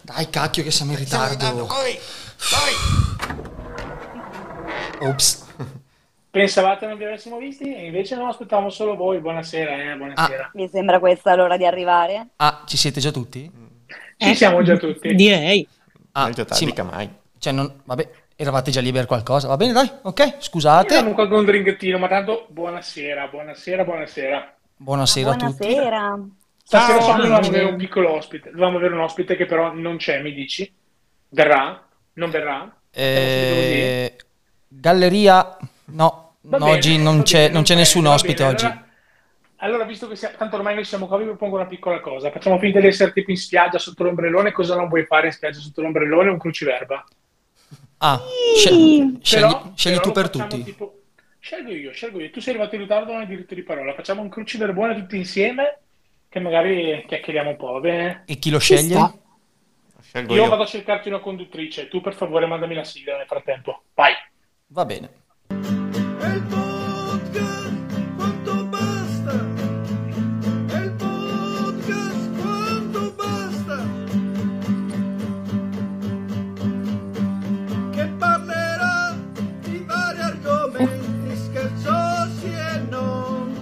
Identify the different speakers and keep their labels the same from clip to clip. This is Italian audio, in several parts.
Speaker 1: Dai cacchio che siamo in
Speaker 2: Siamo in ritardo,
Speaker 1: ritardo.
Speaker 2: corri, corri.
Speaker 1: Ops.
Speaker 3: Pensavate non vi avessimo visti e invece no, aspettavamo solo voi. Buonasera, eh, buonasera.
Speaker 4: Mi sembra questa l'ora di arrivare.
Speaker 1: Ah, ci siete già tutti?
Speaker 3: Ci siamo già tutti.
Speaker 5: Eh, Direi.
Speaker 1: Ah,
Speaker 2: Meglio tardi
Speaker 1: sì, ma-
Speaker 2: che mai.
Speaker 1: cioè non- vabbè, eravate già lì per qualcosa. Va bene, dai. Ok,
Speaker 3: Io
Speaker 1: scusate.
Speaker 3: non qualche un drinkettino, ma tanto buonasera, buonasera, buonasera.
Speaker 1: Buonasera a tutti.
Speaker 4: Buonasera.
Speaker 3: Stasera
Speaker 2: Ciao.
Speaker 3: solo dovevamo avere un piccolo ospite, dovevamo avere un ospite che però non c'è, mi dici? Verrà? Non verrà?
Speaker 1: Eh, galleria No,
Speaker 3: Va
Speaker 1: no,
Speaker 3: bene,
Speaker 1: oggi
Speaker 3: va
Speaker 1: non
Speaker 3: bene,
Speaker 1: c'è, non c'è
Speaker 3: va
Speaker 1: nessun
Speaker 3: bene, va
Speaker 1: ospite
Speaker 3: bene.
Speaker 1: oggi.
Speaker 3: Allora, allora, visto che siamo, tanto ormai noi siamo qua, vi propongo una piccola cosa. Facciamo finta di essere tipo in spiaggia sotto l'ombrellone. Cosa non vuoi fare in spiaggia sotto l'ombrellone? Un cruciverba.
Speaker 1: Ah, scegli, scegli-
Speaker 3: Però-
Speaker 1: scegli
Speaker 3: però
Speaker 1: tu
Speaker 3: lo
Speaker 1: per
Speaker 3: facciamo
Speaker 1: tutti.
Speaker 3: tipo- scelgo io, scelgo io. Tu sei arrivato in ritardo, non hai diritto di parola. Facciamo un cruciverbone tutti insieme, che magari chiacchieriamo un po', va bene?
Speaker 1: E chi lo
Speaker 5: Ci
Speaker 1: sceglie?
Speaker 5: sta.
Speaker 2: Scelgo
Speaker 3: Io
Speaker 2: io.
Speaker 3: vado a cercarti una conduttrice. Tu, per favore, mandami la sigla nel frattempo. Vai.
Speaker 1: Va bene.
Speaker 6: È il podcast quanto basta. È il podcast quanto basta. Che parlerà di vari argomenti scherzosi e non.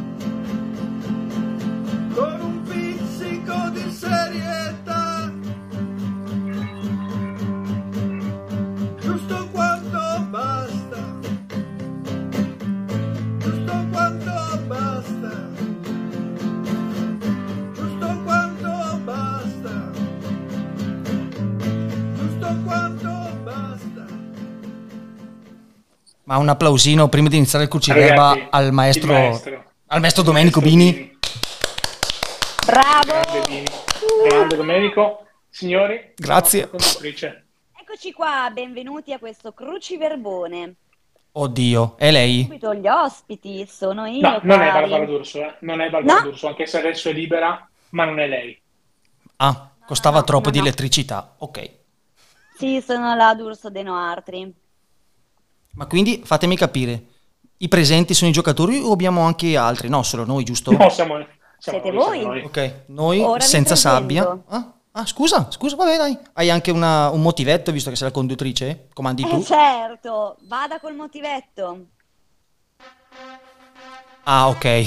Speaker 6: Con un pizzico di serietà. Giusto quanto basta giusto quanto basta, giusto quanto basta, giusto quanto basta.
Speaker 1: Ma un applausino prima di iniziare il cucireba
Speaker 3: Ragazzi,
Speaker 1: al maestro,
Speaker 3: il maestro.
Speaker 1: al maestro Domenico Bini.
Speaker 4: Bravo. Uh.
Speaker 3: Grande Bini. Grande Domenico. Signori,
Speaker 1: Grazie.
Speaker 3: la conduttrice.
Speaker 4: Eccoci qua, benvenuti a questo cruciverbone.
Speaker 1: Oddio, è lei?
Speaker 4: Subito gli ospiti, sono io.
Speaker 3: No, non è
Speaker 4: cari.
Speaker 3: Barbara D'Urso, eh. non è Barbara
Speaker 4: No?
Speaker 3: D'Urso, anche se adesso è libera, ma non è lei.
Speaker 1: Ah, costava
Speaker 4: no,
Speaker 1: troppo
Speaker 4: no,
Speaker 1: di
Speaker 4: no.
Speaker 1: elettricità. Ok.
Speaker 4: Sì, sono la D'Urso De Noartri.
Speaker 1: Ma quindi fatemi capire, i presenti sono i giocatori o abbiamo anche altri? No, solo noi, giusto?
Speaker 3: No, siamo, siamo
Speaker 4: Siete
Speaker 3: noi, siamo
Speaker 4: voi?
Speaker 3: noi.
Speaker 1: Ok, noi
Speaker 4: Ora vi
Speaker 1: senza sabbia.
Speaker 4: presento.
Speaker 1: Ah, ah, scusa, scusa, vabbè, dai. Hai anche una- un motivetto visto che sei la conduttrice? Comandi
Speaker 4: Eh
Speaker 1: tu?
Speaker 4: certo, vada col motivetto.
Speaker 1: Ah, ok.
Speaker 4: E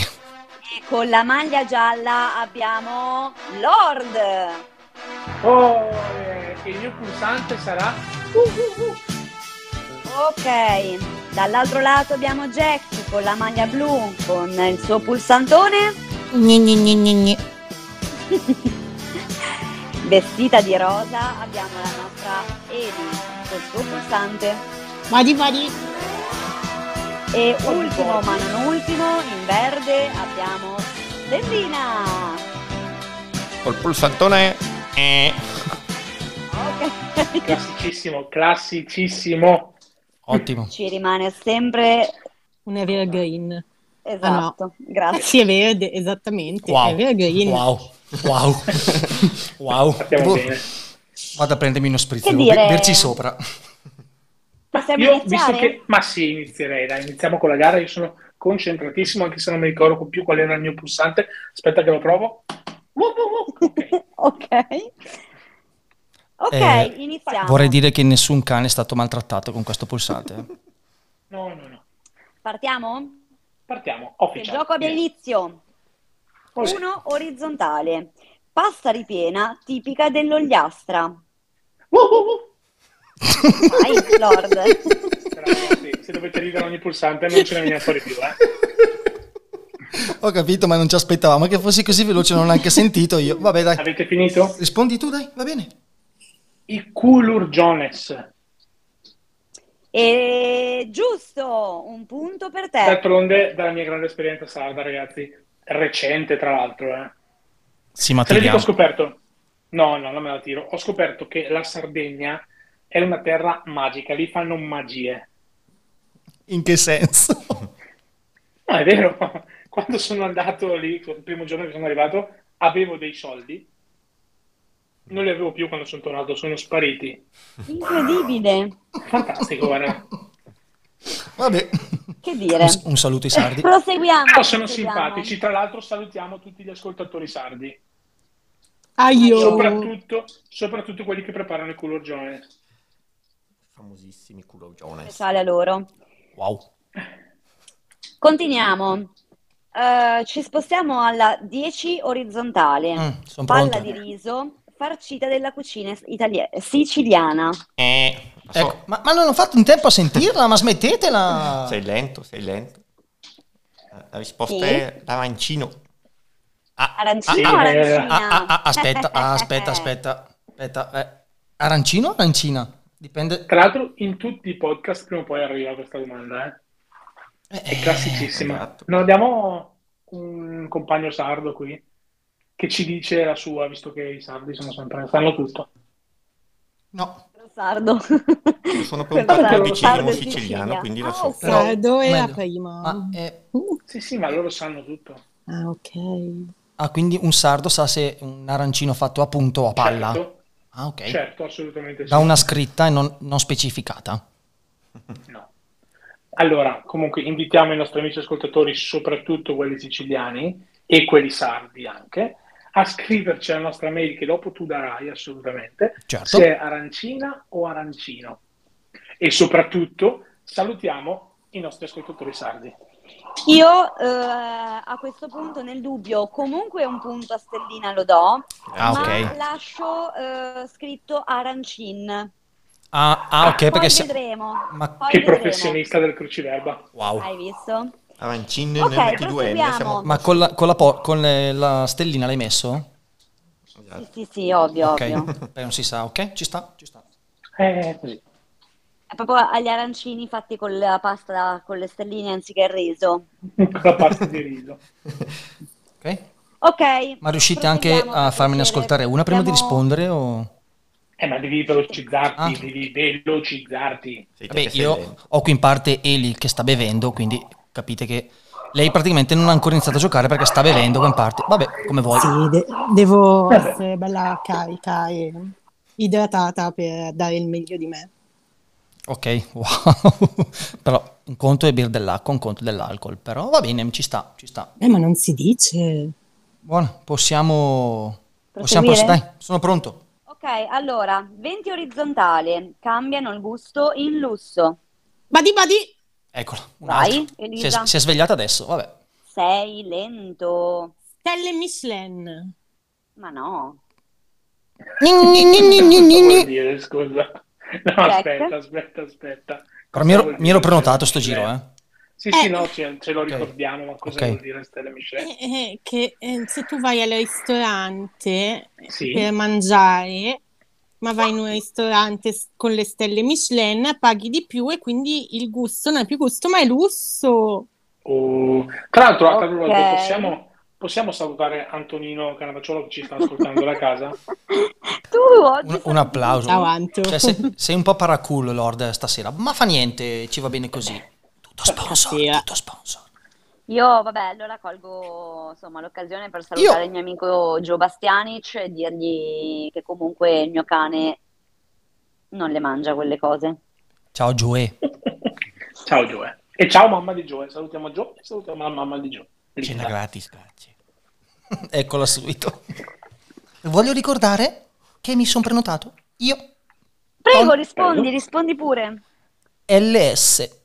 Speaker 4: con la maglia gialla abbiamo Lord.
Speaker 3: Oh, eh, il mio pulsante sarà...
Speaker 4: Ok, dall'altro lato abbiamo Jack con la maglia blu con il suo pulsantone. Vestita di rosa abbiamo la nostra Edi col suo pulsante.
Speaker 5: Vadi, vadi.
Speaker 4: E ultimo ma non ultimo, in verde abbiamo Stellina.
Speaker 2: Col pulsantone. Eh.
Speaker 4: Ok.
Speaker 3: Classicissimo, classicissimo.
Speaker 1: Ottimo.
Speaker 4: Ci rimane sempre...
Speaker 5: Un evergreen.
Speaker 4: Esatto, grazie.
Speaker 5: Sì, è verde, esattamente.
Speaker 1: Wow.
Speaker 5: Evergreen.
Speaker 1: Wow. Wow. wow.
Speaker 3: Partiamo
Speaker 1: Boh,
Speaker 3: bene.
Speaker 1: Vado a prendermi uno spritz,
Speaker 4: Che
Speaker 1: devo be-
Speaker 4: dire?
Speaker 1: berci sopra.
Speaker 4: Possiamo
Speaker 3: Io, visto
Speaker 4: iniziare?
Speaker 3: che... Ma sì, inizierei, dai, iniziamo con la gara. Io sono concentratissimo, anche se non mi ricordo più qual era il mio pulsante. Aspetta che lo provo. Wup, wup, wup. Ok.
Speaker 4: ok. Ok,
Speaker 1: Eh,
Speaker 4: iniziamo.
Speaker 1: Vorrei dire che nessun cane è stato maltrattato con questo pulsante. eh.
Speaker 3: No, no, no.
Speaker 4: Partiamo?
Speaker 3: Partiamo.
Speaker 4: Il
Speaker 3: Official.
Speaker 4: gioco abbia
Speaker 3: Vieni.
Speaker 4: inizio.
Speaker 3: Olè.
Speaker 4: 1 orizzontale. Pasta ripiena tipica dell'ogliastra.
Speaker 3: Wup, wup, wup.
Speaker 4: Vai, Lord.
Speaker 3: Ragazzi, se dovete ridere ogni pulsante non ce ne viene fuori più, eh.
Speaker 1: Ho capito, ma non ci aspettavamo che fossi così veloce, non ho neanche sentito io. Vabbè, dai.
Speaker 3: Avete finito?
Speaker 1: Rispondi tu, dai, va bene.
Speaker 3: I culurgiones.
Speaker 4: Eh. E giusto, un punto per
Speaker 3: Ecco.
Speaker 4: te.
Speaker 3: D'altronde, dalla mia grande esperienza sarda, ragazzi, recente tra l'altro, eh.
Speaker 1: Sì, ma
Speaker 3: Se le dico, ho
Speaker 1: tiriamo.
Speaker 3: scoperto. No, no, non me la tiro. Ho scoperto che la Sardegna è una terra magica, lì fanno magie.
Speaker 1: In che senso?
Speaker 3: No, è vero. Quando sono andato lì, il primo giorno che sono arrivato, avevo dei soldi. Non li avevo più quando sono tornato, sono spariti.
Speaker 4: Incredibile.
Speaker 3: Fantastico, guarda.
Speaker 1: Vabbè.
Speaker 4: Che dire.
Speaker 1: Un, un saluto ai sardi.
Speaker 4: Proseguiamo.
Speaker 3: No, sono
Speaker 4: proseguiamo.
Speaker 3: simpatici. Tra l'altro salutiamo tutti gli ascoltatori sardi.
Speaker 5: Aio.
Speaker 3: Soprattutto, soprattutto quelli che preparano il culorgione.
Speaker 2: Famosissimi culo Jones.
Speaker 4: Speciale a loro.
Speaker 2: Wow.
Speaker 4: Continuiamo. Eh, ci spostiamo alla 10 orizzontale.
Speaker 1: Mm, sono
Speaker 4: Palla
Speaker 1: pronto.
Speaker 4: di riso, farcita della cucina italia- siciliana.
Speaker 2: Eh, lo so.
Speaker 1: Ecco, ma, ma non ho fatto in tempo a sentirla, ma smettetela.
Speaker 2: Sei lento, sei lento. La la risposta è lavancino. Ah,
Speaker 4: Arancino
Speaker 2: ah,
Speaker 4: o
Speaker 2: ah,
Speaker 4: arancina?
Speaker 1: Ah, ah, ah, aspetta, ah, aspetta, aspetta, aspetta. eh, arancino o arancina? Dipende.
Speaker 3: Tra l'altro, in tutti i podcast prima o poi arriva questa domanda. eh.
Speaker 1: eh,
Speaker 3: È classicissima.
Speaker 2: esatto.
Speaker 3: Non abbiamo un compagno sardo qui che ci dice la sua, visto che i sardi sono sempre, sanno tutto.
Speaker 1: no.
Speaker 4: Sardo.
Speaker 2: sono per un
Speaker 4: Quello
Speaker 3: partito
Speaker 4: sardo,
Speaker 3: vicino
Speaker 4: sardo e
Speaker 2: siciliano, quindi la
Speaker 4: Ah,
Speaker 2: so.
Speaker 4: ok.
Speaker 1: Però-
Speaker 5: Sardo era
Speaker 1: meglio.
Speaker 5: prima.
Speaker 1: Ma, eh,
Speaker 3: Sì, sì, ma loro sanno tutto.
Speaker 5: Ah, ok.
Speaker 1: ah, quindi un sardo sa se un arancino fatto a punto o a palla.
Speaker 3: Certo,
Speaker 1: Ah, ok.
Speaker 3: certo, assolutamente sì.
Speaker 1: Da una scritta e non, non specificata.
Speaker 3: No. Allora, comunque invitiamo i nostri amici ascoltatori, soprattutto quelli siciliani e quelli sardi anche, a scriverci alla nostra mail che dopo tu darai assolutamente,
Speaker 1: Certo.
Speaker 3: se è arancina o arancino. E soprattutto salutiamo i nostri ascoltatori sardi.
Speaker 4: Io eh, a questo punto nel dubbio comunque un punto a stellina lo do,
Speaker 1: Ah,
Speaker 4: ma
Speaker 1: ok.
Speaker 4: lascio eh, scritto arancin.
Speaker 1: Ah, ah, ok,
Speaker 4: Poi
Speaker 1: perché se-
Speaker 4: vedremo.
Speaker 1: Ma-
Speaker 4: Poi
Speaker 3: che
Speaker 4: vedremo.
Speaker 3: professionista del cruciverba.
Speaker 2: Wow.
Speaker 4: Hai visto?
Speaker 2: Lavancino
Speaker 4: Ok,
Speaker 2: nel 22enne.
Speaker 4: proseguiamo.
Speaker 2: Siamo...
Speaker 1: Ma con la, con la por- con le- la stellina l'hai messo?
Speaker 4: Sì, sì, sì, ovvio,
Speaker 1: ok,
Speaker 4: ovvio.
Speaker 1: Beh, non si sa, ok? Ci sta, ci sta.
Speaker 3: Eh, così.
Speaker 4: È proprio agli arancini fatti con la pasta con le stelline anziché il riso.
Speaker 3: Con la pasta di riso.
Speaker 1: Ok?
Speaker 4: Ok.
Speaker 1: Ma riuscite anche
Speaker 4: proseguiamo,
Speaker 1: a farmene
Speaker 4: piacere.
Speaker 1: ascoltare una prima di
Speaker 4: Abbiamo-
Speaker 1: rispondere? O...
Speaker 3: Eh, ma devi velocizzarti,
Speaker 1: Ah.
Speaker 3: devi velocizzarti.
Speaker 2: Sei te
Speaker 1: Vabbè,
Speaker 2: che sei
Speaker 1: io
Speaker 2: lento.
Speaker 1: ho qui in parte Eli che sta bevendo, quindi capite che lei praticamente non ha ancora iniziato a giocare perché sta bevendo qua in parte. Vabbè, come vuoi.
Speaker 5: Sì, de- devo essere bella carica e idratata per dare il meglio di me.
Speaker 1: Ok, wow. però un conto è birra dell'acqua, un conto è dell'alcol. Però va bene, ci sta, ci sta.
Speaker 5: Eh, ma non si dice.
Speaker 1: Buono, possiamo... Possiamo
Speaker 4: Proseguire?
Speaker 1: proseguire? Dai, sono pronto.
Speaker 4: Ok, allora, 20 orizzontale, cambiano il gusto in lusso.
Speaker 5: Badi badi!
Speaker 1: Eccola. un
Speaker 4: Vai,
Speaker 1: altro. Si è,
Speaker 4: Elisa.
Speaker 1: si è svegliata adesso, vabbè.
Speaker 4: Sei lento.
Speaker 5: Stelle Michelin.
Speaker 4: Ma no.
Speaker 3: Cosa vuol dire, scusa. No, aspetta, aspetta, aspetta.
Speaker 1: Però mi ero,
Speaker 3: Cosa vuol
Speaker 1: mi ero
Speaker 3: dire?
Speaker 1: prenotato sto giro, eh.
Speaker 3: Sì, sì,
Speaker 5: Eh.
Speaker 3: no, ce, ce lo ricordiamo, ma cosa
Speaker 1: Ok.
Speaker 3: vuol dire Stella Michelin?
Speaker 5: Eh, eh, che eh, se tu vai al ristorante
Speaker 3: Sì.
Speaker 5: per mangiare, ma vai in un ristorante s- con le stelle Michelin, paghi di più e quindi il gusto non è più gusto, ma è lusso.
Speaker 3: Oh, Tra l'altro, a tal
Speaker 4: Ok.
Speaker 3: proposito, possiamo, possiamo salutare Antonino Canavacciolo che ci sta ascoltando da casa?
Speaker 4: Tu oggi
Speaker 1: Un,
Speaker 4: sei-
Speaker 1: un applauso.
Speaker 5: Ciao Anto.
Speaker 1: Cioè, sei, sei un po' paracool, Lord, stasera, ma fa niente, ci va bene così. Tutto sponsor,
Speaker 4: eh.
Speaker 5: Stasera.
Speaker 1: tutto sponsor.
Speaker 4: Io, vabbè, allora colgo insomma l'occasione per salutare
Speaker 1: Io-
Speaker 4: il mio amico Gio Bastianic e dirgli che comunque il mio cane non le mangia quelle cose.
Speaker 1: Ciao Joe,
Speaker 3: ciao Gioe. E ciao mamma di Gioe. Salutiamo Gioe e salutiamo la mamma di Gioe.
Speaker 2: Cena gratis, grazie.
Speaker 1: eccola subito. Voglio ricordare che mi sono prenotato io,
Speaker 4: Prego,
Speaker 1: Tom-
Speaker 4: rispondi,
Speaker 3: prego.
Speaker 4: rispondi pure.
Speaker 1: LS.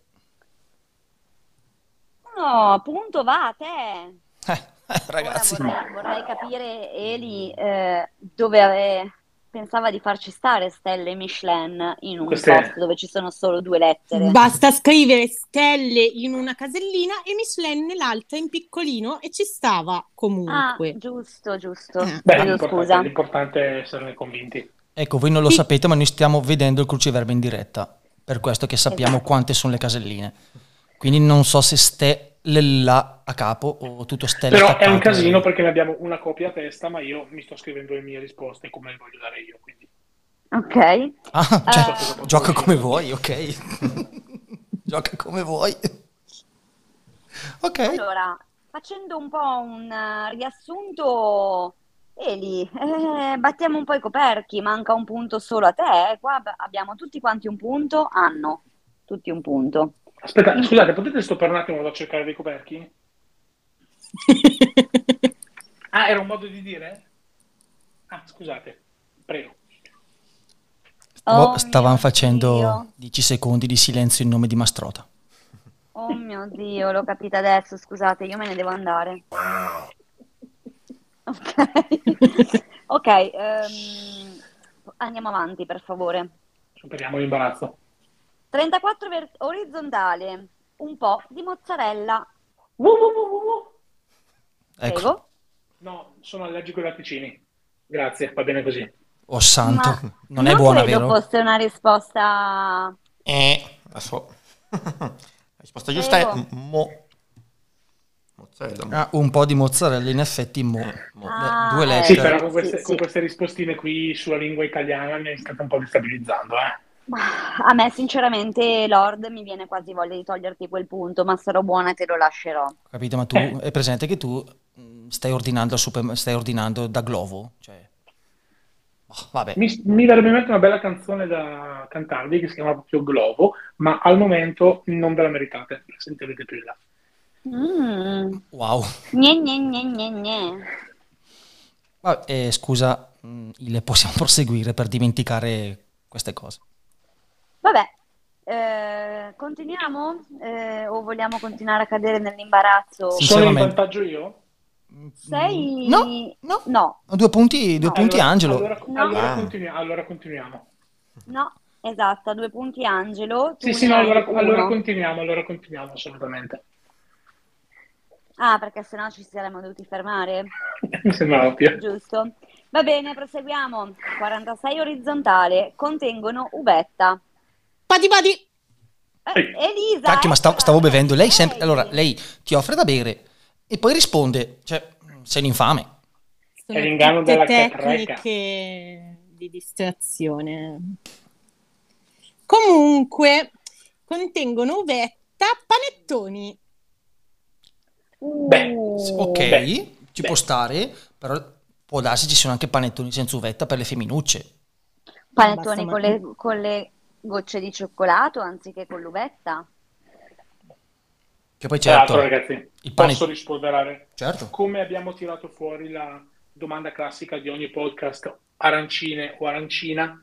Speaker 4: No, appunto, va a te.
Speaker 1: Eh, eh, ragazzi,
Speaker 4: Ora vorrei, vorrei capire, Eli, eh, dove ave- pensava di farci stare stelle Michelin in un
Speaker 3: Queste-
Speaker 4: posto dove ci sono solo due lettere.
Speaker 5: Basta scrivere stelle in una casellina e Michelin nell'altra in piccolino e ci stava
Speaker 4: Ah,
Speaker 5: comunque.
Speaker 4: giusto, giusto.
Speaker 5: Eh.
Speaker 3: Beh,
Speaker 4: Chiedo
Speaker 3: l'importante,
Speaker 4: scusa.
Speaker 3: l'importante è esserne convinti.
Speaker 1: ecco, voi non lo
Speaker 5: Sì.
Speaker 1: sapete, ma noi stiamo vedendo il cruciverba in diretta, per questo che sappiamo
Speaker 4: Esatto.
Speaker 1: quante sono le caselline. Quindi non so se stelle là a capo o tutto stelle
Speaker 3: Però è
Speaker 1: attaccato.
Speaker 3: un casino perché ne abbiamo una copia a testa, ma io mi sto scrivendo le mie risposte come le voglio dare io. Quindi.
Speaker 4: Ok.
Speaker 1: Ah, cioè,
Speaker 3: Eh.
Speaker 1: gioca come vuoi, ok. gioca come vuoi. Ok.
Speaker 4: Allora, facendo un po' un eh, riassunto, Eli, eh, battiamo un po' i coperchi, manca un punto solo a te, eh. qua ab- abbiamo tutti quanti un punto, hanno tutti un punto.
Speaker 3: Aspetta, scusate, potete stoppare un attimo vado a cercare dei coperchi? Ah, era un modo di dire? Ah, scusate, prego.
Speaker 4: Oh
Speaker 1: Oh, stavamo
Speaker 4: mio
Speaker 1: facendo
Speaker 4: Dio.
Speaker 1: 10 secondi di silenzio in nome di Mastrota.
Speaker 4: Oh mio Dio, l'ho capita adesso, scusate, io me ne devo andare. Ok, Ok, ehm, andiamo avanti per favore.
Speaker 3: Superiamo l'imbarazzo.
Speaker 4: 34 ver- orizzontale, un po' di mozzarella.
Speaker 3: Wuh, wuh, wuh, wuh, wuh.
Speaker 1: Ecco.
Speaker 4: Prego.
Speaker 3: No, sono allergico ai latticini. Grazie, va bene così.
Speaker 4: Eh,
Speaker 1: Oh santo,
Speaker 4: Ma
Speaker 1: non è buona,
Speaker 4: credo
Speaker 1: vero?
Speaker 4: fosse una risposta...
Speaker 2: Eh, la so. La risposta giusta è
Speaker 4: Prego.
Speaker 2: mo. Mozzarella.
Speaker 1: Ah, un po' di mozzarella, in effetti, mo. Mo-
Speaker 4: Ah,
Speaker 1: beh, due
Speaker 4: eh.
Speaker 1: lettere.
Speaker 3: Sì,
Speaker 4: Sì,
Speaker 3: però con queste,
Speaker 4: sì.
Speaker 3: con queste rispostine qui sulla lingua italiana mi è stata un po' destabilizzando, eh.
Speaker 4: Ma A me sinceramente, Lord, mi viene quasi voglia di toglierti quel punto, ma sarò buona e te lo lascerò.
Speaker 1: Ho Capito, ma tu
Speaker 3: Eh.
Speaker 1: è presente che tu mh, stai ordinando, al super- stai ordinando da Glovo? Cioè... Oh, vabbè,
Speaker 3: Mi, mi verrebbe in mente una bella canzone da cantarvi che si chiama proprio Globo, ma al momento non ve la meritate, la sentirete più in là.
Speaker 4: Mm.
Speaker 1: wow.
Speaker 4: Gne, gne, gne, gne, gne.
Speaker 1: Vabbè, eh, scusa, mh, Ile, possiamo proseguire per dimenticare queste cose.
Speaker 4: Vabbè, eh, continuiamo? Eh, o vogliamo continuare a cadere nell'imbarazzo?
Speaker 1: Sì.
Speaker 3: Sono in
Speaker 1: Sinceramente.
Speaker 3: vantaggio io?
Speaker 4: Sei...
Speaker 1: Mm, No, no,
Speaker 4: No,
Speaker 1: Due punti, due
Speaker 4: No,
Speaker 1: punti
Speaker 3: Allora-
Speaker 1: Angelo.
Speaker 3: Allora,
Speaker 4: No.
Speaker 3: allora
Speaker 2: Ah.
Speaker 3: continui- allora continuiamo.
Speaker 4: no, esatto, due punti Angelo. tu
Speaker 3: Sì, sì,
Speaker 4: ne
Speaker 3: no,
Speaker 4: hai
Speaker 3: allora,
Speaker 4: uno.
Speaker 3: allora continuiamo, allora continuiamo assolutamente.
Speaker 4: Ah, perché sennò ci saremmo dovuti fermare,
Speaker 3: Mi sembra ovvio.
Speaker 4: giusto? Va bene, proseguiamo. 46 orizzontale, contengono uvetta.
Speaker 5: Pati pati!
Speaker 4: Eh, Elisa!
Speaker 1: Cacchio, ma sta-
Speaker 4: eccola,
Speaker 1: stavo bevendo. Lei, sem-
Speaker 4: sei.
Speaker 1: allora, lei ti offre da bere e poi risponde, cioè, sei un infame.
Speaker 5: Sono
Speaker 3: È l'inganno
Speaker 5: tutte
Speaker 3: della catraca.
Speaker 5: tecniche di distrazione. Comunque, contengono uvetta, panettoni.
Speaker 4: Uh,
Speaker 3: Beh,
Speaker 1: Ok,
Speaker 3: Oh, Beh,
Speaker 1: ci
Speaker 3: beh.
Speaker 1: può stare, però può darsi ci sono anche panettoni senza uvetta per le femminucce.
Speaker 4: Panettoni
Speaker 5: Basta,
Speaker 4: con le, con le gocce di cioccolato anziché con l'uvetta.
Speaker 1: Che poi
Speaker 3: Tra l'altro,
Speaker 1: certo,
Speaker 3: ragazzi,
Speaker 1: il pane-
Speaker 3: posso rispolverare?
Speaker 1: certo.
Speaker 3: Come abbiamo tirato fuori la domanda classica di ogni podcast, arancine o arancina,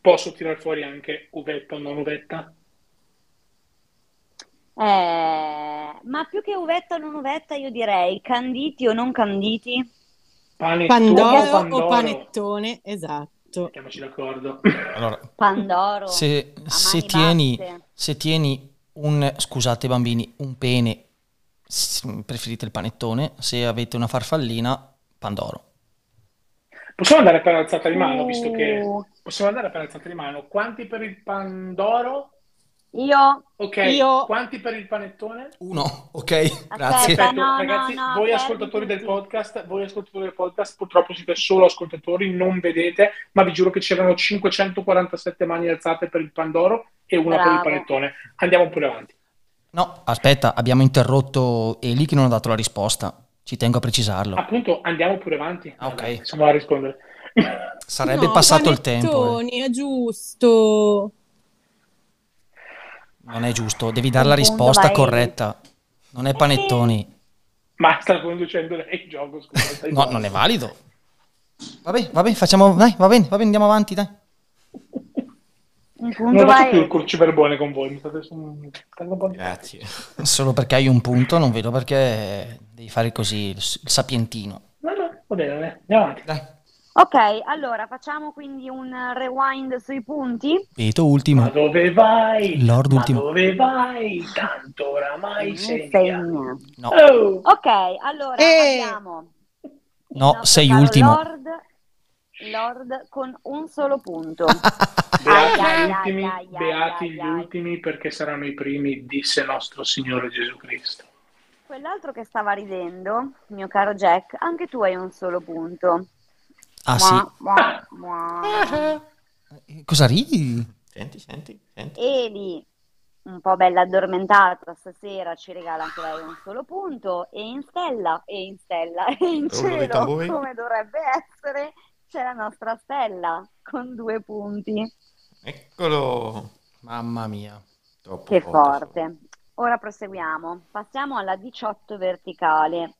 Speaker 3: posso tirar fuori anche uvetta o non uvetta?
Speaker 4: Eh, ma più che uvetta o non uvetta, io direi canditi o non canditi.
Speaker 3: Panettone
Speaker 5: Pandoro
Speaker 3: o
Speaker 5: o
Speaker 3: pandoro?
Speaker 5: panettone, esatto.
Speaker 3: Mettiamoci d'accordo.
Speaker 2: Allora,
Speaker 4: Pandoro.
Speaker 1: Se,
Speaker 4: a
Speaker 1: se
Speaker 4: mani
Speaker 1: tieni,
Speaker 4: basse.
Speaker 1: se tieni un, scusate bambini, un pene, s- preferite il panettone, se avete una farfallina, Pandoro.
Speaker 3: Possiamo andare per alzata di mano, visto che...
Speaker 4: Uh,
Speaker 3: Possiamo andare per alzata di mano. Quanti per il pandoro?
Speaker 4: Io
Speaker 3: Ok,
Speaker 5: Io-
Speaker 3: quanti per il panettone?
Speaker 1: Uno, ok, grazie.
Speaker 4: Aspetta,
Speaker 3: Aspetto,
Speaker 4: no, no,
Speaker 3: ragazzi,
Speaker 4: no,
Speaker 3: voi
Speaker 4: fermi
Speaker 3: ascoltatori del
Speaker 4: tutti.
Speaker 3: podcast, voi ascoltatori del podcast, purtroppo siete solo ascoltatori, non vedete, ma vi giuro che c'erano 547 mani alzate per il Pandoro e una per il
Speaker 4: Bravo.
Speaker 3: panettone. Andiamo pure avanti.
Speaker 1: No, aspetta, abbiamo interrotto Eli che non ha dato la risposta. Ci tengo a precisarlo.
Speaker 3: Appunto, andiamo pure avanti.
Speaker 1: Ah, ok.
Speaker 3: Allora, Siamo a rispondere.
Speaker 1: Sarebbe
Speaker 5: No,
Speaker 1: passato il tempo. eh.
Speaker 5: panettoni, è giusto.
Speaker 1: Non è giusto, devi dare la
Speaker 4: Secondo
Speaker 1: risposta
Speaker 4: vai.
Speaker 1: corretta. Non è panettoni.
Speaker 3: Ma sta conducendo lei il gioco, scusate.
Speaker 1: No, non è valido. Vabbè, vabbè, facciamo, dai, va bene, va bene, andiamo avanti, dai.
Speaker 4: un
Speaker 3: Non
Speaker 4: punto
Speaker 3: faccio più
Speaker 4: vai.
Speaker 3: il curciverbone con voi, mi state su... stando un po' di-
Speaker 1: Eh.
Speaker 2: grazie.
Speaker 1: Solo perché hai un punto, non vedo perché devi fare così il, s- il sapientino.
Speaker 3: No, no, va bene, va bene, andiamo avanti.
Speaker 1: Dai.
Speaker 4: Ok, allora facciamo quindi un rewind sui punti.
Speaker 1: Veto
Speaker 3: Ma
Speaker 1: ultimo.
Speaker 3: dove vai?
Speaker 1: Lord
Speaker 3: Ma
Speaker 1: ultimo.
Speaker 3: dove vai? Tanto oramai sei via.
Speaker 4: Insegna.
Speaker 1: No,
Speaker 3: Oh!
Speaker 4: Ok, allora
Speaker 5: Eh.
Speaker 4: abbiamo il
Speaker 1: No,
Speaker 4: nostro
Speaker 1: sei
Speaker 4: caro
Speaker 1: ultimo.
Speaker 4: Lord, Lord con un solo punto.
Speaker 3: Beati
Speaker 4: Ai, ai,
Speaker 3: gli ultimi,
Speaker 4: ai, ai,
Speaker 3: beati
Speaker 4: ai,
Speaker 3: gli
Speaker 4: ai.
Speaker 3: ultimi perché saranno i primi, disse nostro Signore Gesù Cristo.
Speaker 4: Quell'altro che stava ridendo, mio caro Jack, anche tu hai un solo punto.
Speaker 1: Ah
Speaker 4: Mua,
Speaker 1: sì.
Speaker 4: mua, mua.
Speaker 1: Eh, Cosa ridi?
Speaker 2: Senti, senti, senti.
Speaker 4: Eli, un po' bella addormentata stasera, ci regala anche lei un solo punto. E in stella, e in stella, e in
Speaker 2: Rullo dei
Speaker 4: cielo,
Speaker 2: tamburi.
Speaker 4: come dovrebbe essere, c'è la nostra stella con due punti.
Speaker 2: Eccolo.
Speaker 1: Mamma mia.
Speaker 2: Troppo
Speaker 4: Che forte. Ora proseguiamo. Passiamo alla 18 verticale.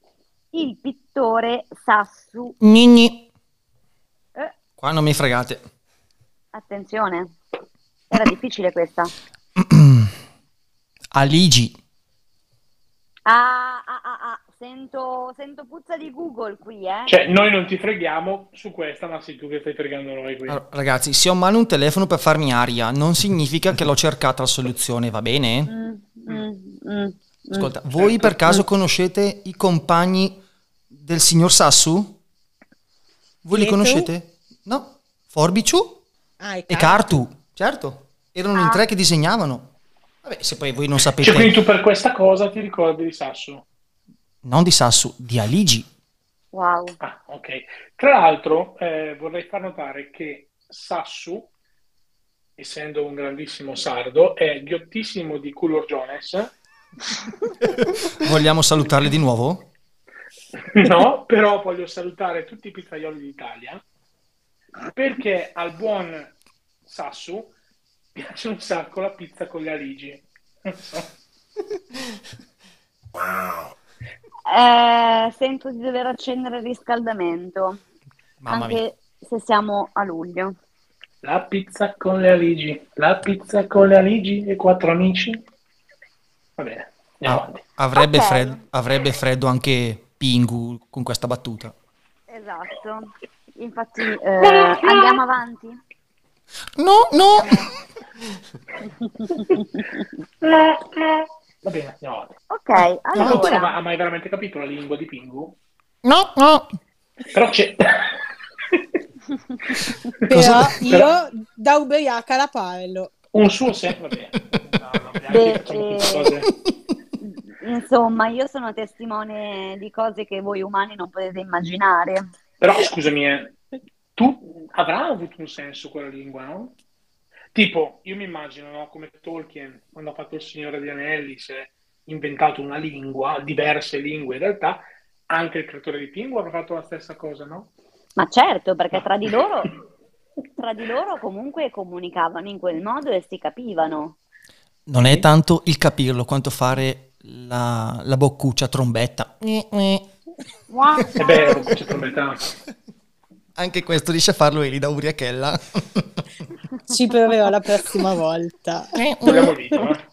Speaker 4: Il pittore Sassu eh,
Speaker 1: Nini. Qua non mi fregate.
Speaker 4: Attenzione, era difficile questa.
Speaker 1: Aligi.
Speaker 4: Ah, ah, ah, ah, Sento, sento puzza di Google qui, eh.
Speaker 3: Cioè, noi non ti freghiamo su questa, ma sei tu che stai fregando noi qui.
Speaker 1: Allora, ragazzi, se ho male un telefono per farmi aria, non significa che l'ho cercata la soluzione, va bene?
Speaker 4: Mm, mm, mm, mm.
Speaker 1: Ascolta, voi per caso conoscete i compagni del signor Sassu? Voi li
Speaker 5: Pietro?
Speaker 1: conoscete? No? Forbiciu
Speaker 5: Ah, è
Speaker 1: e
Speaker 5: Carlo.
Speaker 1: Cartu, certo. Erano in
Speaker 4: Ah.
Speaker 1: tre che disegnavano. Vabbè, se poi voi non
Speaker 3: Cioè, quindi
Speaker 1: sapete,
Speaker 3: tu per questa cosa ti ricordi di Sasso.
Speaker 1: non di Sassu, di Aligi.
Speaker 4: Wow.
Speaker 3: Ah, ok. Tra l'altro, eh, vorrei far notare che Sassu, essendo un grandissimo sardo, è ghiottissimo di Culor Jones,
Speaker 1: Vogliamo salutarli di nuovo?
Speaker 3: no? Però voglio salutare tutti i pizzaioli d'Italia perché al buon Sassu piace un sacco la pizza con le aligi. Non so.
Speaker 4: Eh, sento di dover accendere il riscaldamento,
Speaker 1: Mamma
Speaker 4: anche
Speaker 1: mia.
Speaker 4: se siamo a luglio.
Speaker 3: La pizza con le aligi, la pizza con le aligi e quattro amici. Va bene, andiamo
Speaker 1: Ah,
Speaker 3: avanti.
Speaker 1: avrebbe,
Speaker 4: Ok.
Speaker 1: fred- avrebbe freddo anche Pingu con questa battuta.
Speaker 4: Esatto. Infatti, eh, andiamo avanti.
Speaker 1: No, no.
Speaker 3: Va bene, andiamo avanti.
Speaker 4: Ok,
Speaker 3: Ma tu non
Speaker 4: allora.
Speaker 3: ha mai veramente capito la lingua di Pingu?
Speaker 1: No, no.
Speaker 3: Però c'è...
Speaker 5: Però
Speaker 3: Cosa- però
Speaker 5: io da ubriaca la parlo.
Speaker 3: Un suo sempre... Va bene. No, no, neanche
Speaker 4: Beh,
Speaker 3: facciamo
Speaker 4: eh,
Speaker 3: tutte cose...
Speaker 4: Insomma, io sono testimone di cose che voi umani non potete immaginare.
Speaker 3: Però scusami, eh, tu avrà avuto un senso quella lingua, no? Tipo, io mi immagino, no, come Tolkien, quando ha fatto il Signore degli Anelli, si è inventato una lingua, diverse lingue in realtà, anche il creatore di Pingu avrà fatto la stessa cosa, no?
Speaker 4: Ma certo, perché tra di loro, tra di loro comunque comunicavano in quel modo e si capivano.
Speaker 1: Non è tanto il capirlo quanto fare la, la boccuccia trombetta. Eh, eh.
Speaker 3: È vero, c'è proprietà.
Speaker 1: Anche questo riesce a farlo Eli da Uriachella.
Speaker 5: Ci proverò la prossima volta.
Speaker 1: Eh,
Speaker 3: Abbiamo
Speaker 1: eh.
Speaker 3: vinto, eh.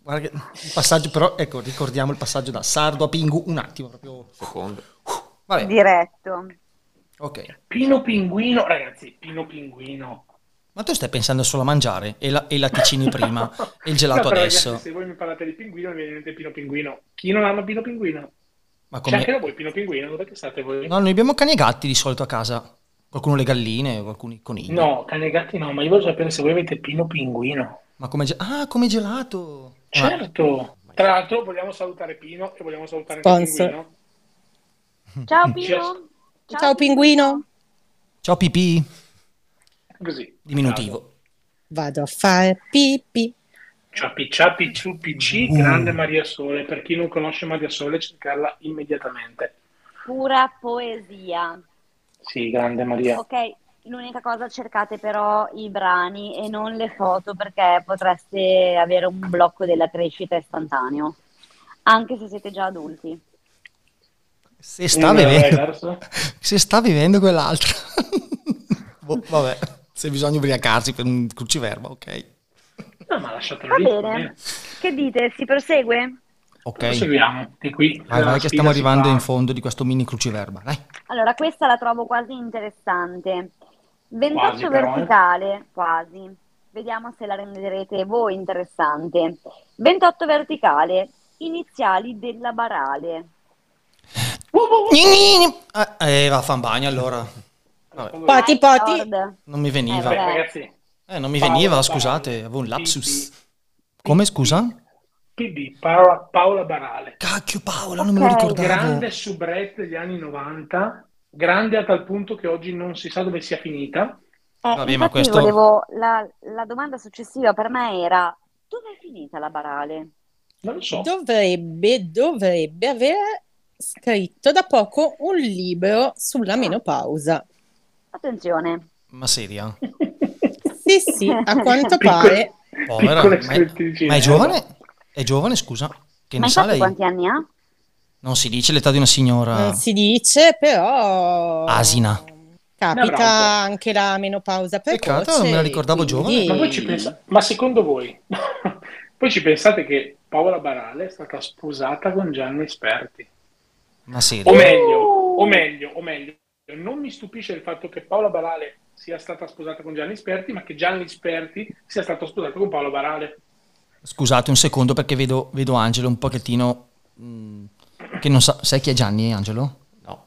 Speaker 1: Guarda che il passaggio però, ecco, ricordiamo il passaggio da Sardo a Pingu un attimo proprio.
Speaker 2: Secondo.
Speaker 1: Vabbè,
Speaker 4: Diretto.
Speaker 1: ok.
Speaker 3: Pino Pinguino, ragazzi, Pino Pinguino.
Speaker 1: Ma tu stai pensando solo a mangiare e, la, e i latticini prima e il
Speaker 3: No,
Speaker 1: gelato
Speaker 3: però,
Speaker 1: adesso.
Speaker 3: ragazzi, se voi mi parlate di Pinguino, mi viene in mente Pino Pinguino. Chi non ama Pino Pinguino?
Speaker 1: Ma
Speaker 3: C'è
Speaker 1: come...
Speaker 3: anche da voi Pino Pinguino, dove che state voi?
Speaker 1: No, noi abbiamo cani e gatti di solito a casa. Qualcuno le galline, qualcuno i conigli.
Speaker 3: No, cane e gatti no, ma io voglio sapere se voi avete Pino Pinguino.
Speaker 1: Ma come, ge- ah, come gelato. Ma-
Speaker 3: Certo. Tra l'altro vogliamo salutare Pino e vogliamo salutare anche
Speaker 5: Sponsor.
Speaker 3: Pinguino.
Speaker 4: Ciao
Speaker 3: Ciao.
Speaker 4: Pino.
Speaker 5: Ciao pinguino.
Speaker 1: Ciao pipì,
Speaker 3: Così.
Speaker 1: diminutivo.
Speaker 5: Vado a fare pipì.
Speaker 3: Ciappi ciappi ciuppi ci, grande Maria Sole. Per chi non conosce Maria Sole, cercarla immediatamente.
Speaker 4: Pura poesia.
Speaker 3: Sì, grande Maria.
Speaker 4: Ok, l'unica cosa cercate però i brani e non le foto perché potreste avere un blocco della crescita istantaneo, anche se siete già adulti.
Speaker 1: Se sta
Speaker 3: Una
Speaker 1: bevendo,
Speaker 3: reverse.
Speaker 1: se sta bevendo quell'altro. Boh, vabbè, se bisogna ubriacarsi per un cruciverba, ok.
Speaker 3: No, ma lasciatelo
Speaker 4: Va
Speaker 3: lì. va
Speaker 4: bene, che dite? Si prosegue?
Speaker 1: Ok.
Speaker 3: Proseguiamo. Di qui.
Speaker 1: Vai,
Speaker 3: la
Speaker 1: vai che
Speaker 3: sfida
Speaker 1: stiamo
Speaker 3: si
Speaker 1: arrivando
Speaker 3: fa.
Speaker 1: in fondo di questo mini cruciverba, dai.
Speaker 4: Allora, questa la trovo quasi interessante.
Speaker 3: Quasi,
Speaker 4: Ventaccio
Speaker 3: però, eh.
Speaker 4: verticale, quasi. Vediamo se la renderete voi interessante. 28 verticale, iniziali della barale.
Speaker 1: Ah, Eh, va a fan bagno allora. Vabbè,
Speaker 5: Poti poti.
Speaker 4: Lord.
Speaker 1: non mi
Speaker 4: Eh,
Speaker 3: Beh,
Speaker 1: veniva.
Speaker 4: vabbè.
Speaker 3: ragazzi.
Speaker 1: Eh, non mi
Speaker 3: Paolo,
Speaker 1: veniva,
Speaker 3: Paolo.
Speaker 1: scusate, avevo un lapsus.
Speaker 3: Sì, sì.
Speaker 1: Come, scusa?
Speaker 3: PD, Paola, Paola Barale.
Speaker 1: Cacchio Paola, non me lo
Speaker 4: Ok.
Speaker 1: ricordavo.
Speaker 3: Grande soubrette degli anni 90, grande a tal punto che oggi non si sa dove sia finita.
Speaker 4: Eh,
Speaker 1: Vabbè, ma
Speaker 4: infatti
Speaker 1: questo-
Speaker 4: volevo- la, la domanda successiva per me era dove è finita la barale?
Speaker 3: Non lo so.
Speaker 5: Dovrebbe, dovrebbe aver scritto da poco un libro
Speaker 3: Ah.
Speaker 5: sulla menopausa.
Speaker 4: Attenzione,
Speaker 1: Ma seria?
Speaker 5: Sì, sì, a quanto
Speaker 3: Piccole-
Speaker 5: pare.
Speaker 1: Povera.
Speaker 3: piccole
Speaker 1: Ma è,
Speaker 3: scritticine.
Speaker 1: ma è giovane? È giovane, scusa. Che
Speaker 4: ma
Speaker 1: ne sa
Speaker 4: infatti
Speaker 1: lei?
Speaker 4: quanti anni ha?
Speaker 1: Non si dice l'età di una signora.
Speaker 5: Non si dice, però.
Speaker 1: Ah. Asina.
Speaker 3: Ne
Speaker 5: Capita
Speaker 3: avrà
Speaker 5: anche la menopausa
Speaker 1: Peccato,
Speaker 5: precoce.
Speaker 1: non me la ricordavo
Speaker 5: quindi-
Speaker 3: Ma voi ci pensa- ma secondo voi, voi ci pensate che Paola Barale è stata sposata con Gianni Sperti?
Speaker 1: Ma
Speaker 3: O
Speaker 1: serio?
Speaker 3: meglio, o meglio, o meglio, non mi stupisce il fatto che Paola Barale sia stata sposata con Gianni Sperti, ma che Gianni Sperti sia stato sposato con Paola Barale.
Speaker 1: Scusate un secondo perché vedo, vedo Angelo un pochettino... mh, che non sa... Sai chi è Gianni, Angelo?
Speaker 2: No.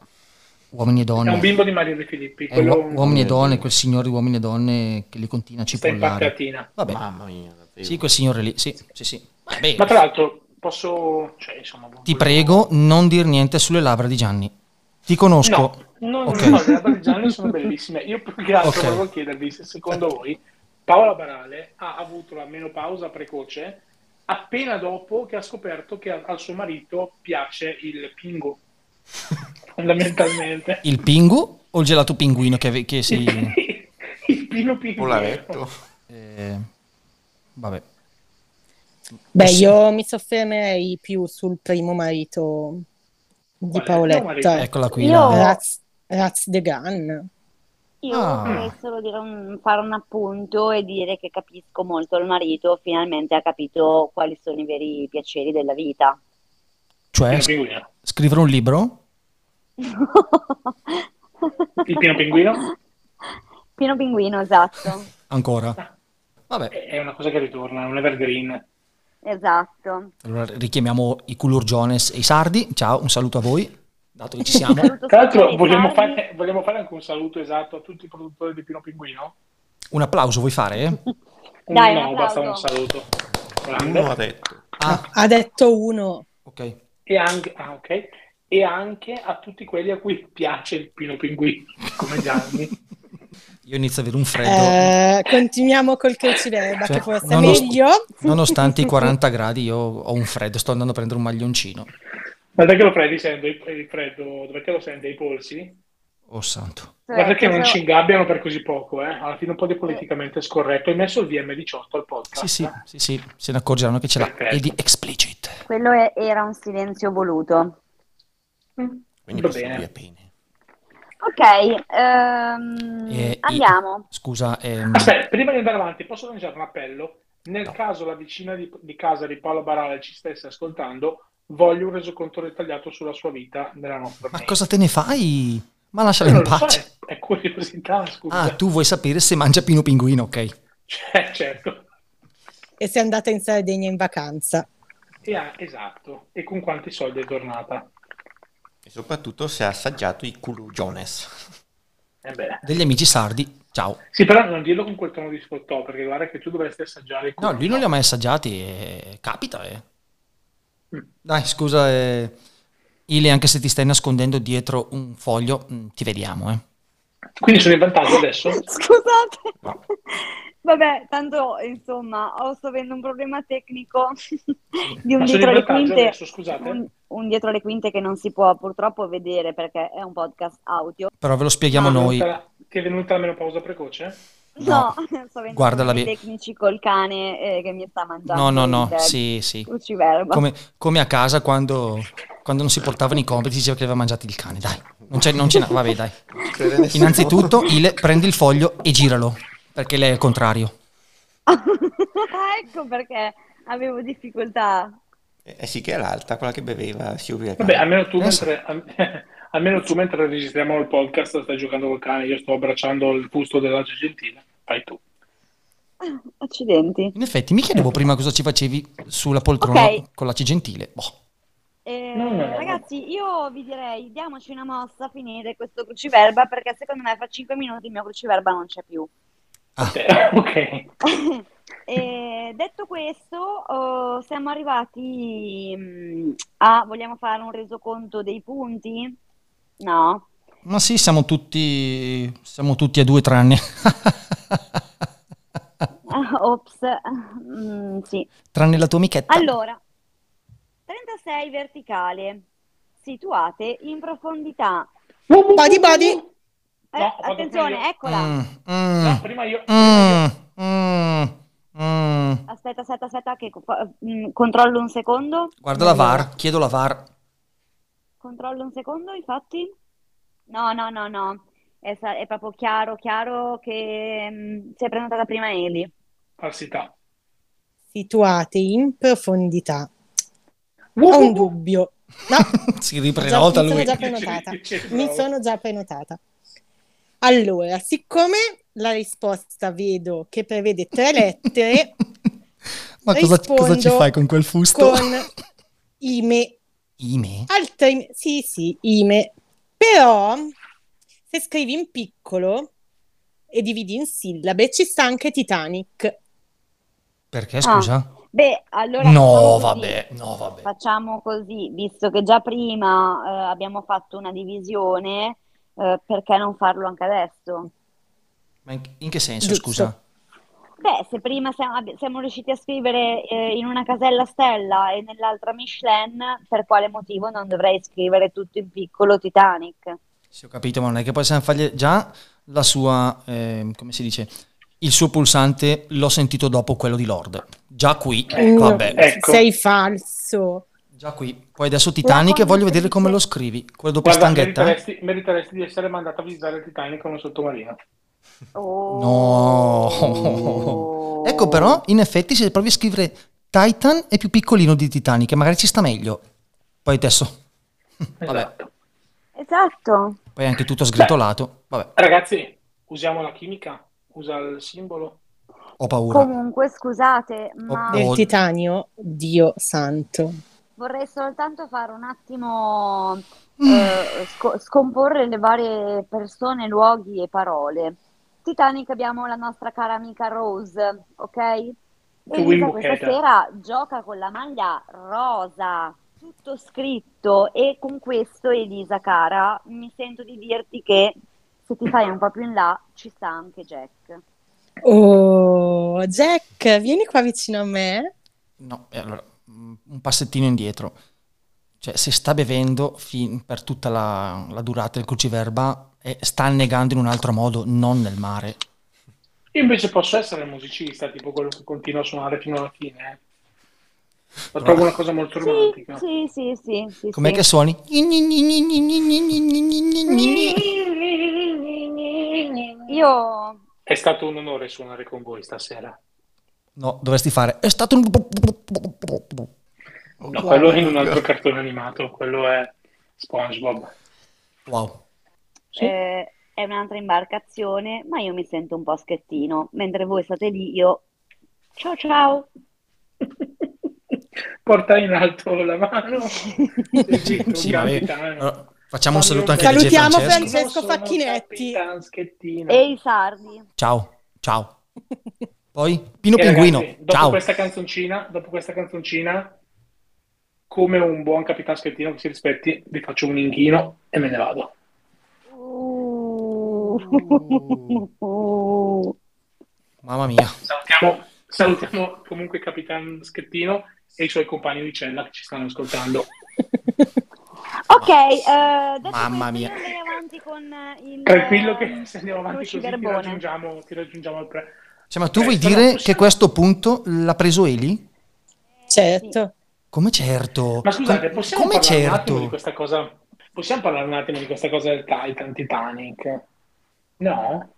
Speaker 1: Uomini e
Speaker 3: È un
Speaker 1: donne.
Speaker 3: bimbo di Mario De Filippi,
Speaker 1: È
Speaker 3: quello
Speaker 1: Eh, uo- uomini e donne, quel signore di uomini e donne che li continua a
Speaker 3: che sta in
Speaker 1: cipollare.
Speaker 3: paccatina.
Speaker 1: Vabbè,
Speaker 2: Mamma mia, davvero.
Speaker 1: sì, quel signore lì, sì, sì, sì. Vabbè,
Speaker 3: Ma tra l'altro, posso... cioè, insomma,
Speaker 1: ti
Speaker 3: volevo-
Speaker 1: prego non dir niente sulle labbra di Gianni. Ti conosco.
Speaker 3: No, no, no,
Speaker 1: Ok.
Speaker 3: no, le labbra di Gianni sono bellissime. Io più che altro
Speaker 1: Ok.
Speaker 3: volevo chiedervi se secondo voi Paola Barale ha avuto la menopausa precoce appena dopo che ha scoperto che a- al suo marito piace il pingo, fondamentalmente.
Speaker 1: Il pingu o il gelato pinguino che, ave- che si...
Speaker 3: il pino pingo.
Speaker 2: Polaretto.
Speaker 1: eh, vabbè.
Speaker 5: Beh, io mi soffermerei più sul primo marito di
Speaker 3: Qual è?
Speaker 5: Paoletta,
Speaker 3: No,
Speaker 1: Eccola Ecco qui.
Speaker 4: Io-
Speaker 1: la-
Speaker 5: Raz, Raz de Gun.
Speaker 4: Io
Speaker 1: Ah.
Speaker 4: vorrei solo dire un- fare un appunto e dire che capisco molto il marito, finalmente ha capito quali sono i veri piaceri della vita.
Speaker 1: Cioè,
Speaker 3: Il pino pinguino.
Speaker 1: scrivere un libro?
Speaker 4: Il
Speaker 3: Pino Pinguino?
Speaker 4: Pino Pinguino, esatto,
Speaker 1: Ancora. Vabbè,
Speaker 3: È una cosa che ritorna, è un evergreen.
Speaker 4: esatto.
Speaker 1: allora richiamiamo i Culurgiones e i Sardi. Ciao, un saluto a voi, dato che ci siamo.
Speaker 4: Saluto
Speaker 3: Tra l'altro
Speaker 4: tutti i
Speaker 3: vogliamo
Speaker 4: tardi.
Speaker 3: fare, vogliamo fare anche un saluto esatto a tutti i produttori di Pino Pinguino?
Speaker 1: Un applauso vuoi fare?
Speaker 4: Dai, un
Speaker 3: no, basta un
Speaker 4: applauso.
Speaker 3: saluto. Grande.
Speaker 2: Uno ha detto.
Speaker 1: Ah,
Speaker 5: Ha detto uno.
Speaker 1: ok.
Speaker 3: E anche, ah, ok. E anche a tutti quelli a cui piace il Pino Pinguino, come Gianni.
Speaker 1: Io inizio ad avere un freddo.
Speaker 5: Eh, continuiamo col cruciverba
Speaker 1: Cioè,
Speaker 5: che forse è
Speaker 1: nonost-
Speaker 5: meglio.
Speaker 1: Nonostante i 40 gradi, io ho un freddo. Sto andando a prendere un maglioncino.
Speaker 3: Guarda che lo prendi sento il il freddo, dov'è che lo sente ai polsi?
Speaker 1: Oh santo.
Speaker 3: Guarda che non
Speaker 4: Cioè,
Speaker 3: ci ingabbiano per così poco, eh. Alla fine un po' di politicamente scorretto. Hai messo il VM18 al podcast.
Speaker 1: Sì, sì, sì, sì, se ne accorgeranno che ce l'ha.
Speaker 3: Perfetto.
Speaker 1: E di explicit.
Speaker 4: Quello è- era un silenzio voluto.
Speaker 3: Mm.
Speaker 2: Quindi
Speaker 3: Va
Speaker 2: possiamo
Speaker 3: bene.
Speaker 2: dire bene.
Speaker 4: Ok, ehm,
Speaker 1: E i-
Speaker 4: andiamo.
Speaker 1: Scusa, ehm,
Speaker 3: Aspetta, prima di andare avanti, posso lanciare un appello? Nel
Speaker 1: No.
Speaker 3: caso la vicina di, di casa di Paolo Barale ci stesse ascoltando, voglio un resoconto dettagliato sulla sua vita nella nostra
Speaker 1: ma
Speaker 3: mail.
Speaker 1: cosa te ne fai? Ma lasciala
Speaker 3: Non
Speaker 1: in
Speaker 3: lo so,
Speaker 1: pace.
Speaker 3: è, è curiosità, scusa.
Speaker 1: Ah, tu vuoi sapere se mangia Pino Pinguino, ok.
Speaker 3: Cioè, certo.
Speaker 5: E sei andata in Sardegna in vacanza.
Speaker 3: E ha- esatto. E con quanti soldi è tornata?
Speaker 2: E soprattutto se ha assaggiato i culugiones.
Speaker 3: Eh beh.
Speaker 1: Degli amici sardi, ciao.
Speaker 3: Sì, però non dirlo con quel tono di sfottò, perché guarda che tu dovresti assaggiare il
Speaker 1: No, lui non li ha mai assaggiati, eh, capita. eh.
Speaker 4: Mm.
Speaker 1: Dai, scusa, eh, Ile, anche se ti stai nascondendo dietro un foglio, mm, ti vediamo. Eh.
Speaker 3: Quindi sono in vantaggio adesso?
Speaker 4: Scusate.
Speaker 2: No.
Speaker 4: Vabbè, tanto insomma, ho- sto avendo un problema tecnico di un
Speaker 3: Ma sono
Speaker 4: dietro
Speaker 3: in
Speaker 4: le
Speaker 3: vantaggio
Speaker 4: quinte,
Speaker 3: adesso, scusate.
Speaker 4: un, un dietro le quinte che non si può purtroppo vedere perché è un podcast audio.
Speaker 1: Però ve lo spieghiamo
Speaker 4: Ah,
Speaker 3: Ti è
Speaker 1: noi.
Speaker 3: venuta- Ti è venuta la menopausa precoce?
Speaker 1: No.
Speaker 4: No, sto avendo
Speaker 1: Guarda la
Speaker 4: problemi
Speaker 1: vi-
Speaker 4: tecnici col cane eh, che mi sta mangiando.
Speaker 1: No, no, no,
Speaker 4: il
Speaker 1: sì, sì.
Speaker 4: cruciverba.
Speaker 1: Come, come a casa quando, quando non si portavano i compiti, si diceva che aveva mangiato il cane, dai. Non c'è, non c'è, na- vabbè, dai.
Speaker 2: Ci crede nessuno.
Speaker 1: Innanzitutto, Ile, prendi il foglio e giralo, perché lei è il contrario.
Speaker 4: ecco perché avevo difficoltà.
Speaker 2: Eh sì che era alta, quella che beveva, si ubriacava.
Speaker 3: Vabbè, almeno tu,
Speaker 1: Eh sì.
Speaker 3: mentre, al- almeno tu mentre registriamo il podcast stai giocando col cane, io sto abbracciando il fusto della Argentina, fai tu.
Speaker 4: Accidenti.
Speaker 1: In effetti, mi chiedevo prima cosa ci facevi sulla poltrona
Speaker 4: Ok.
Speaker 1: con la C gentile. Boh.
Speaker 4: Eh,
Speaker 3: No, no, no.
Speaker 4: ragazzi, io vi direi diamoci una mossa a finire questo cruciverba perché secondo me fra 5 minuti il mio cruciverba non c'è più.
Speaker 3: Eh, ok,
Speaker 4: Eh, detto questo, oh, siamo arrivati mm, a vogliamo fare un resoconto dei punti? No.
Speaker 1: Ma sì, siamo tutti, siamo tutti a due tranne.
Speaker 4: Ah, Ops. Mm, sì.
Speaker 1: tranne la tua amichetta.
Speaker 4: Allora, 36 verticale situate in profondità.
Speaker 5: Body body.
Speaker 4: Eh,
Speaker 3: No, vado prima
Speaker 4: attenzione,
Speaker 3: io.
Speaker 4: eccola.
Speaker 1: Mm, mm,
Speaker 3: No, prima io...
Speaker 1: mm, mm, mm.
Speaker 4: Aspetta, aspetta, aspetta, che co- mm, controllo un secondo.
Speaker 1: Guarda la VAR, chiedo la VAR.
Speaker 4: Controllo un secondo, infatti. No, no, no, no. è, sa- è proprio chiaro, chiaro che mm, si è prenotata prima Eli.
Speaker 3: falsità.
Speaker 5: situate in profondità. Ho un
Speaker 3: Uhuhu.
Speaker 5: dubbio. No,
Speaker 1: si riprenota
Speaker 5: mi sono
Speaker 1: lui.
Speaker 5: Ah. già prenotata. Mi sono già prenotata. Allora, siccome la risposta vedo che prevede tre lettere,
Speaker 1: Ma cosa, cosa ci
Speaker 5: rispondo
Speaker 1: fai con quel fusto?
Speaker 5: con ime,
Speaker 1: Ime?
Speaker 5: altri, sì, sì, ime. Però se scrivi in piccolo e dividi in sillabe, ci sta anche Titanic. Ah,
Speaker 1: Perché scusa?
Speaker 4: Beh, allora
Speaker 1: no,
Speaker 4: facciamo così.
Speaker 1: vabbè, no, vabbè.
Speaker 4: Facciamo così, visto che già prima eh, abbiamo fatto una divisione, eh, perché non farlo anche adesso?
Speaker 1: Ma in, in che senso,
Speaker 5: Giusto.
Speaker 1: scusa?
Speaker 4: Beh, se prima siamo, abbi- siamo riusciti a scrivere eh, in una casella Stella e nell'altra Michelin, per quale motivo non dovrei scrivere tutto in piccolo Titanic?
Speaker 1: Sì, ho capito, ma non è che possiamo fargli già la sua, ehm, come si dice, il suo pulsante l'ho sentito dopo quello di Lord. Già qui,
Speaker 5: Eh,
Speaker 3: Ecco,
Speaker 1: vabbè,
Speaker 3: ecco.
Speaker 5: Sei falso.
Speaker 1: già qui. Poi adesso Titanic e voglio vedere come lo scrivi. Quello dopo
Speaker 3: Guarda,
Speaker 1: Stanghetta?
Speaker 3: meriteresti, meriteresti di essere mandato a visitare il Titanic con un sottomarino.
Speaker 4: Oh.
Speaker 1: No. Ecco però, in effetti, se provi a scrivere Titan è più piccolino di Titanic, e magari ci sta meglio. Poi adesso, vabbè,
Speaker 3: Esatto.
Speaker 4: Esatto.
Speaker 1: poi è anche tutto sgritolato. Vabbè,
Speaker 3: Ragazzi, usiamo la chimica, usa il simbolo.
Speaker 1: ho paura.
Speaker 4: Comunque, scusate, ma
Speaker 1: Oh.
Speaker 5: Del titanio, Dio santo.
Speaker 4: vorrei soltanto fare un attimo
Speaker 1: Mm.
Speaker 4: eh, sco- scomporre le varie persone, luoghi e parole. Titanic abbiamo la nostra cara amica Rose, ok? Elisa
Speaker 3: Wimbo
Speaker 4: questa
Speaker 3: Hedda.
Speaker 4: sera gioca con la maglia rosa, tutto scritto e con questo Elisa cara, mi sento di dirti che se ti fai un po' più in là ci sta anche Jack.
Speaker 5: Oh, Jack, vieni qua vicino a me.
Speaker 1: No, e allora, mm, un passettino indietro. Cioè, se sta bevendo fin per tutta la, la durata del cruciverba, e sta annegando in un altro modo, non nel mare.
Speaker 3: Io invece posso essere musicista, tipo quello che continua a suonare fino alla fine. eh. La
Speaker 1: Però-
Speaker 3: trovo una cosa molto
Speaker 4: Sì,
Speaker 3: romantica.
Speaker 4: sì, sì, sì, sì,
Speaker 1: Com'è
Speaker 4: sì.
Speaker 1: che suoni?
Speaker 4: Io
Speaker 3: È stato un onore suonare con voi stasera.
Speaker 1: No, dovresti fare. È stato un.
Speaker 3: No, quello è in un altro cartone animato, quello è SpongeBob.
Speaker 1: Wow.
Speaker 3: Sì.
Speaker 4: Eh, è un'altra imbarcazione, ma io mi sento un po' schettino, mentre voi state lì, io ciao ciao.
Speaker 3: Porta in alto la mano. Egitto,
Speaker 1: Sì, vabbè.
Speaker 3: capitano.
Speaker 1: Allora, facciamo diciamo un saluto anche a DJ
Speaker 5: Salutiamo
Speaker 1: Francesco.
Speaker 5: Francesco.
Speaker 3: Sono
Speaker 5: Facchinetti.
Speaker 3: Capitan Schettino.
Speaker 4: E i sardi.
Speaker 1: Ciao, ciao. Poi Pino
Speaker 3: E
Speaker 1: Pinguino,
Speaker 3: Eh, ragazzi, dopo
Speaker 1: ciao.
Speaker 3: questa canzoncina, dopo questa canzoncina, come un buon capitano schettino che si rispetti, vi faccio un inchino e me ne vado.
Speaker 4: Uh.
Speaker 1: Mamma mia.
Speaker 3: Salutiamo, salutiamo comunque il capitano schettino e i suoi compagni di cella che ci stanno ascoltando.
Speaker 4: Ok, eh, detto
Speaker 1: Mamma
Speaker 4: questo,
Speaker 1: mia.
Speaker 4: io andrei avanti con eh, il
Speaker 3: Tranquillo che se andiamo avanti così ti
Speaker 4: cruciverbone.
Speaker 3: raggiungiamo, ti raggiungiamo il pre.
Speaker 1: Cioè, ma tu
Speaker 3: Eh,
Speaker 1: vuoi
Speaker 3: però
Speaker 1: dire
Speaker 3: possiamo-
Speaker 1: che a questo punto l'ha preso Eli?
Speaker 5: Certo.
Speaker 1: Come certo.
Speaker 3: Ma scusate,
Speaker 1: Com-
Speaker 3: possiamo
Speaker 1: Come
Speaker 3: parlare un attimo di
Speaker 1: certo?
Speaker 3: questa cosa? Possiamo parlare un attimo di questa cosa del Titan Titanic? No?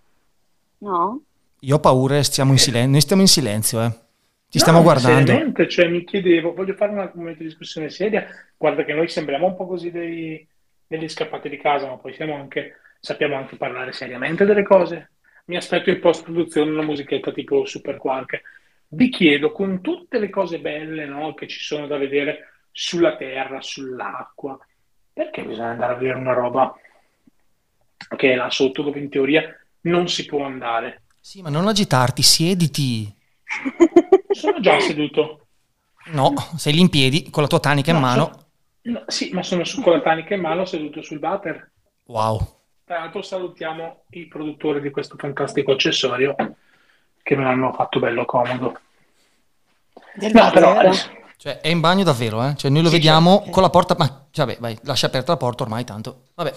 Speaker 4: No?
Speaker 1: Io ho paura e stiamo in silenzio. Noi stiamo in silenzio, eh. Ti
Speaker 3: Eh. No,
Speaker 1: stiamo
Speaker 3: ma
Speaker 1: guardando.
Speaker 3: Seriamente, cioè mi chiedevo, voglio fare un altro momento di discussione seria. Guarda che noi sembriamo un po' così dei, degli scappati di casa, ma poi siamo anche, sappiamo anche parlare seriamente delle cose. Mi aspetto in post-produzione una musichetta tipo Super Quark. Vi chiedo, con tutte le cose belle, no, che ci sono da vedere sulla Terra, sull'acqua, perché bisogna andare a vedere una roba che è là sotto dove in teoria non si può andare?
Speaker 1: Sì, ma non agitarti, siediti.
Speaker 3: Sono già seduto.
Speaker 1: No, sei lì in piedi con la tua tanica in
Speaker 3: No,
Speaker 1: mano.
Speaker 3: sono- no, sì, ma sono su, con la tanica in mano seduto sul water.
Speaker 1: Wow.
Speaker 3: Tra l'altro salutiamo il produttore di questo fantastico accessorio che me l'hanno fatto bello comodo.
Speaker 5: Del
Speaker 3: No, però eh.
Speaker 5: Vader.
Speaker 3: adesso-
Speaker 1: Cioè, è in bagno davvero, eh? Cioè, noi lo
Speaker 3: Sì, certo.
Speaker 1: vediamo
Speaker 5: sì.
Speaker 1: con la porta. Ma, cioè, vabbè, vai, lascia aperta la porta ormai, tanto. Vabbè.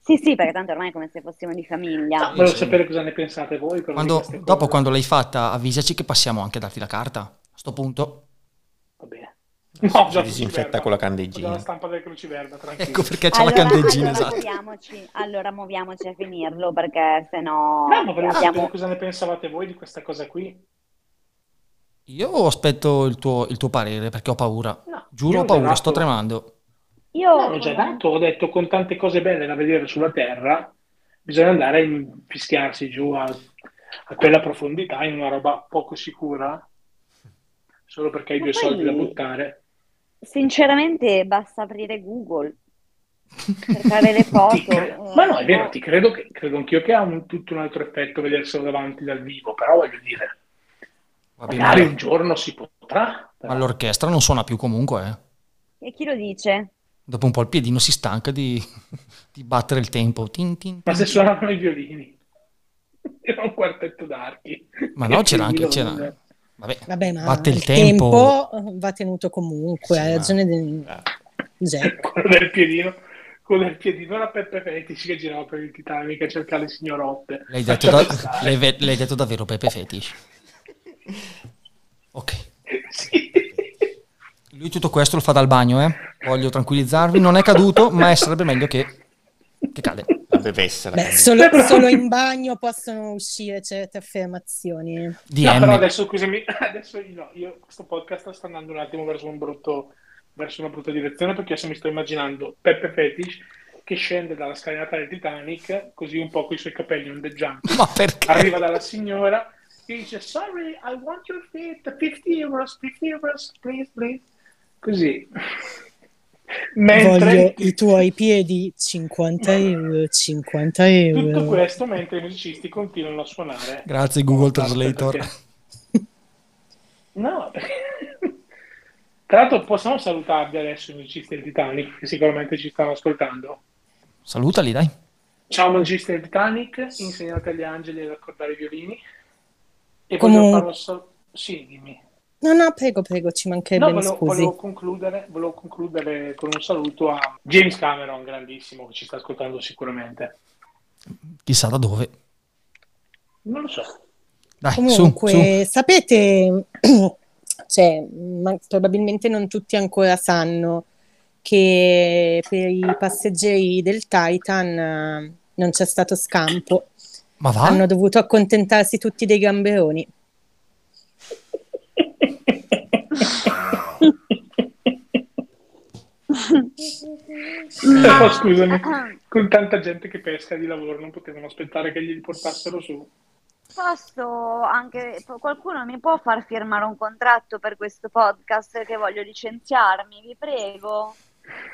Speaker 4: Sì, sì, perché tanto ormai è come se fossimo di famiglia.
Speaker 3: volevo
Speaker 1: sì.
Speaker 3: sapere cosa ne pensate voi. però, di
Speaker 1: Quando-
Speaker 3: queste cose.
Speaker 1: dopo, quando l'hai fatta, avvisaci che passiamo anche a darti la carta. A sto punto,
Speaker 3: Va bene. No,
Speaker 2: si
Speaker 3: già
Speaker 2: disinfetta
Speaker 3: cruciverba.
Speaker 2: con la
Speaker 3: Ho già la
Speaker 2: candeggina.
Speaker 3: stampa del cruciverba, tranquillo.
Speaker 1: Ecco perché c'è la candeggina,
Speaker 4: allora,
Speaker 1: esatto.
Speaker 4: muoviamoci, allora muoviamoci a finirlo perché
Speaker 3: No,
Speaker 4: sennò
Speaker 3: ma volevo sapere
Speaker 4: abbiamo...
Speaker 3: cosa ne pensavate voi di questa cosa qui.
Speaker 1: Io aspetto il tuo, il tuo parere perché ho paura.
Speaker 3: No,
Speaker 1: Giuro,
Speaker 3: io esatto.
Speaker 1: ho
Speaker 3: ho già
Speaker 1: paura, sto
Speaker 3: dato-
Speaker 1: tremando.
Speaker 4: Io
Speaker 3: No, l'ho già dato, ho detto con tante cose belle da vedere sulla Terra, bisogna andare a infischiarsi giù a, a quella profondità in una roba poco sicura, solo perché hai
Speaker 4: Ma
Speaker 3: due
Speaker 4: poi-
Speaker 3: soldi da buttare.
Speaker 4: Sinceramente basta aprire Google per fare le foto.
Speaker 3: Ti cre-
Speaker 4: eh,
Speaker 3: Ma no, è vero,
Speaker 4: no.
Speaker 3: ti credo, che, credo anch'io che ha un- tutto un altro effetto vederselo davanti dal vivo, però voglio dire,
Speaker 1: Va bene,
Speaker 3: magari
Speaker 1: ma-
Speaker 3: un giorno si potrà. però.
Speaker 1: ma l'orchestra non suona più comunque, eh.
Speaker 4: E chi lo dice?
Speaker 1: Dopo un po' il piedino si stanca di, di battere il tempo. Tin, tin,
Speaker 3: Ma se
Speaker 1: tin.
Speaker 3: suonavano i violini, era un quartetto d'archi.
Speaker 1: Ma no,
Speaker 3: Che eh.
Speaker 1: c'era anche-
Speaker 3: violino,
Speaker 1: c'era-
Speaker 3: non-
Speaker 1: Vabbè,
Speaker 5: Vabbè, ma
Speaker 1: Batte il
Speaker 5: il tempo. va tenuto comunque,
Speaker 1: Sì,
Speaker 5: hai
Speaker 1: ma- Eh.
Speaker 5: ragione del-
Speaker 2: Ah,
Speaker 5: Jack.
Speaker 3: quello del piedino quello del piedino era Peppe Fetici che girava per il Titanic a cercare le signorotte
Speaker 1: l'hai detto, da- l'hai ve- l'hai detto davvero Pepe Fetish. Ok.
Speaker 3: Sì.
Speaker 1: Lui tutto questo lo fa dal bagno, eh. Voglio tranquillizzarvi. Non è caduto, ma sarebbe meglio che, che cade.
Speaker 2: la bevesse la
Speaker 5: Beh,
Speaker 2: candeggina.
Speaker 5: solo,
Speaker 3: Però-
Speaker 5: solo in bagno possono uscire certe affermazioni.
Speaker 1: DM.
Speaker 3: no però adesso scusami adesso io- no, io questo podcast sta andando un attimo verso un brutto verso una brutta direzione perché adesso mi sto immaginando Peppe Fetici che scende dalla scalinata del Titanic così un po' con i suoi capelli ondeggianti
Speaker 1: Ma perché?
Speaker 3: arriva dalla signora e dice sorry I want your feet 50 euros 50 euros please please così
Speaker 5: Voglio
Speaker 3: mentre
Speaker 5: i tuoi piedi 50 euro, 50 euro.
Speaker 3: tutto questo mentre i musicisti continuano a suonare
Speaker 1: Grazie Google
Speaker 3: Basta,
Speaker 1: Translator.
Speaker 3: perché- no tra l'altro possiamo salutarvi adesso i musicisti del Titanic che sicuramente ci stanno ascoltando
Speaker 1: Salutali, dai.
Speaker 3: ciao musicisti del Titanic insegnate agli angeli ad accordare i violini e
Speaker 5: Comunque-
Speaker 3: voglio fare un sal- sì dimmi
Speaker 5: No, no, prego, prego, ci mancherebbe,
Speaker 3: No,
Speaker 5: mi
Speaker 3: volevo,
Speaker 5: scusi.
Speaker 3: volevo concludere, volevo concludere con un saluto a James Cameron, grandissimo, che ci sta ascoltando sicuramente.
Speaker 1: Chissà da dove.
Speaker 3: Non lo so.
Speaker 1: Dai,
Speaker 5: Comunque,
Speaker 1: su, su.
Speaker 5: sapete, cioè, ma probabilmente non tutti ancora sanno che per i passeggeri del Titan eh, non c'è stato scampo,
Speaker 1: Ma va?
Speaker 5: hanno dovuto accontentarsi tutti dei gamberoni.
Speaker 4: Mm.
Speaker 3: Però, Oh, scusami, con tanta gente che pesca di lavoro non potevano aspettare che gli portassero su.
Speaker 4: Posso anche, qualcuno mi può far firmare un contratto per questo podcast che voglio licenziarmi, vi prego.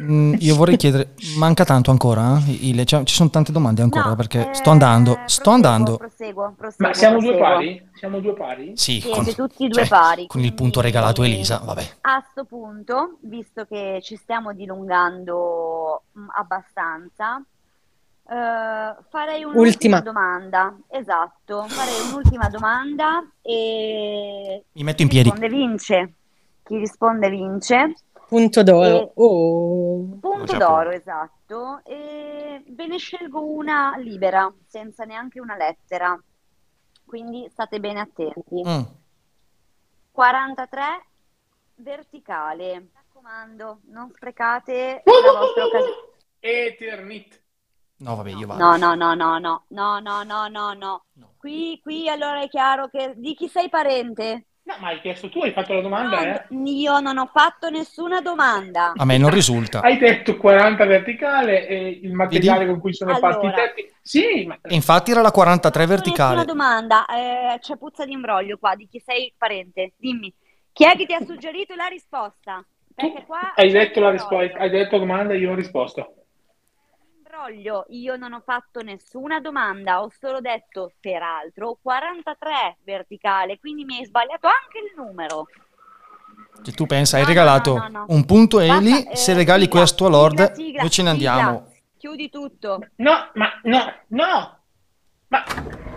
Speaker 1: Mm, io vorrei chiedere, manca tanto ancora? eh? Il- c'è- ci sono tante domande ancora
Speaker 4: No,
Speaker 1: perché
Speaker 4: eh,
Speaker 1: sto andando, sto
Speaker 4: proseguo,
Speaker 1: andando.
Speaker 4: Proseguo, proseguo,
Speaker 3: Ma siamo due
Speaker 4: proseguo.
Speaker 3: pari? Siamo due pari?
Speaker 1: Sì,
Speaker 4: Siete tutti due
Speaker 1: cioè,
Speaker 4: pari,
Speaker 1: Con il
Speaker 4: quindi-
Speaker 1: punto regalato a Elisa, vabbè.
Speaker 4: A sto punto, visto che ci stiamo dilungando mh, abbastanza, eh, farei un'ultima
Speaker 5: Ultima.
Speaker 4: domanda. Esatto, farei un'ultima domanda e
Speaker 1: Mi metto
Speaker 4: chi
Speaker 1: in piedi.
Speaker 4: risponde vince. Chi risponde vince.
Speaker 5: Punto
Speaker 4: E-
Speaker 3: Eh.
Speaker 5: d'oro. Oh.
Speaker 4: Punto
Speaker 2: già
Speaker 4: d'oro, esatto. E ve ne scelgo una libera, senza neanche una lettera. Quindi state bene attenti.
Speaker 1: Mm.
Speaker 4: 43 verticale. Mi raccomando, non sprecate la vostra occasione.
Speaker 3: Eternit.
Speaker 1: No, vabbè, io vado.
Speaker 4: No, no, no, no, no, no, no, no, no, no.
Speaker 1: No.
Speaker 4: Qui, qui allora è chiaro che di chi sei parente?
Speaker 3: No, ma hai chiesto tu, hai fatto la
Speaker 4: Ah, No,
Speaker 3: domanda, eh?
Speaker 4: io non ho fatto nessuna domanda.
Speaker 1: A me non risulta.
Speaker 3: Hai detto 40 verticale e il materiale con cui sono fatti i
Speaker 4: Allora.
Speaker 3: tetti. Sì, ma
Speaker 1: E infatti era la 43
Speaker 4: Una
Speaker 1: verticale.
Speaker 4: domanda, eh, c'è puzza di imbroglio qua, di chi sei parente? Dimmi, chi è che ti ha suggerito la risposta? Perché Eh, qua
Speaker 3: hai
Speaker 4: c'è
Speaker 3: detto la
Speaker 4: imbroglio.
Speaker 3: risposta, hai detto la domanda e io ho risposto.
Speaker 4: Imbroglio, io non ho fatto nessuna domanda, ho solo detto, peraltro, 43 verticale, quindi mi hai sbagliato anche il numero.
Speaker 1: Cioè, tu pensa, hai
Speaker 4: No,
Speaker 1: regalato
Speaker 4: no, no, no.
Speaker 1: un punto a Eli,
Speaker 4: Basta, eh,
Speaker 1: se regali
Speaker 4: sigla,
Speaker 1: questo a Lord,
Speaker 4: sigla, sigla,
Speaker 1: noi ce ne
Speaker 4: sigla.
Speaker 1: andiamo.
Speaker 4: Chiudi tutto.
Speaker 3: No, ma no, no. Ma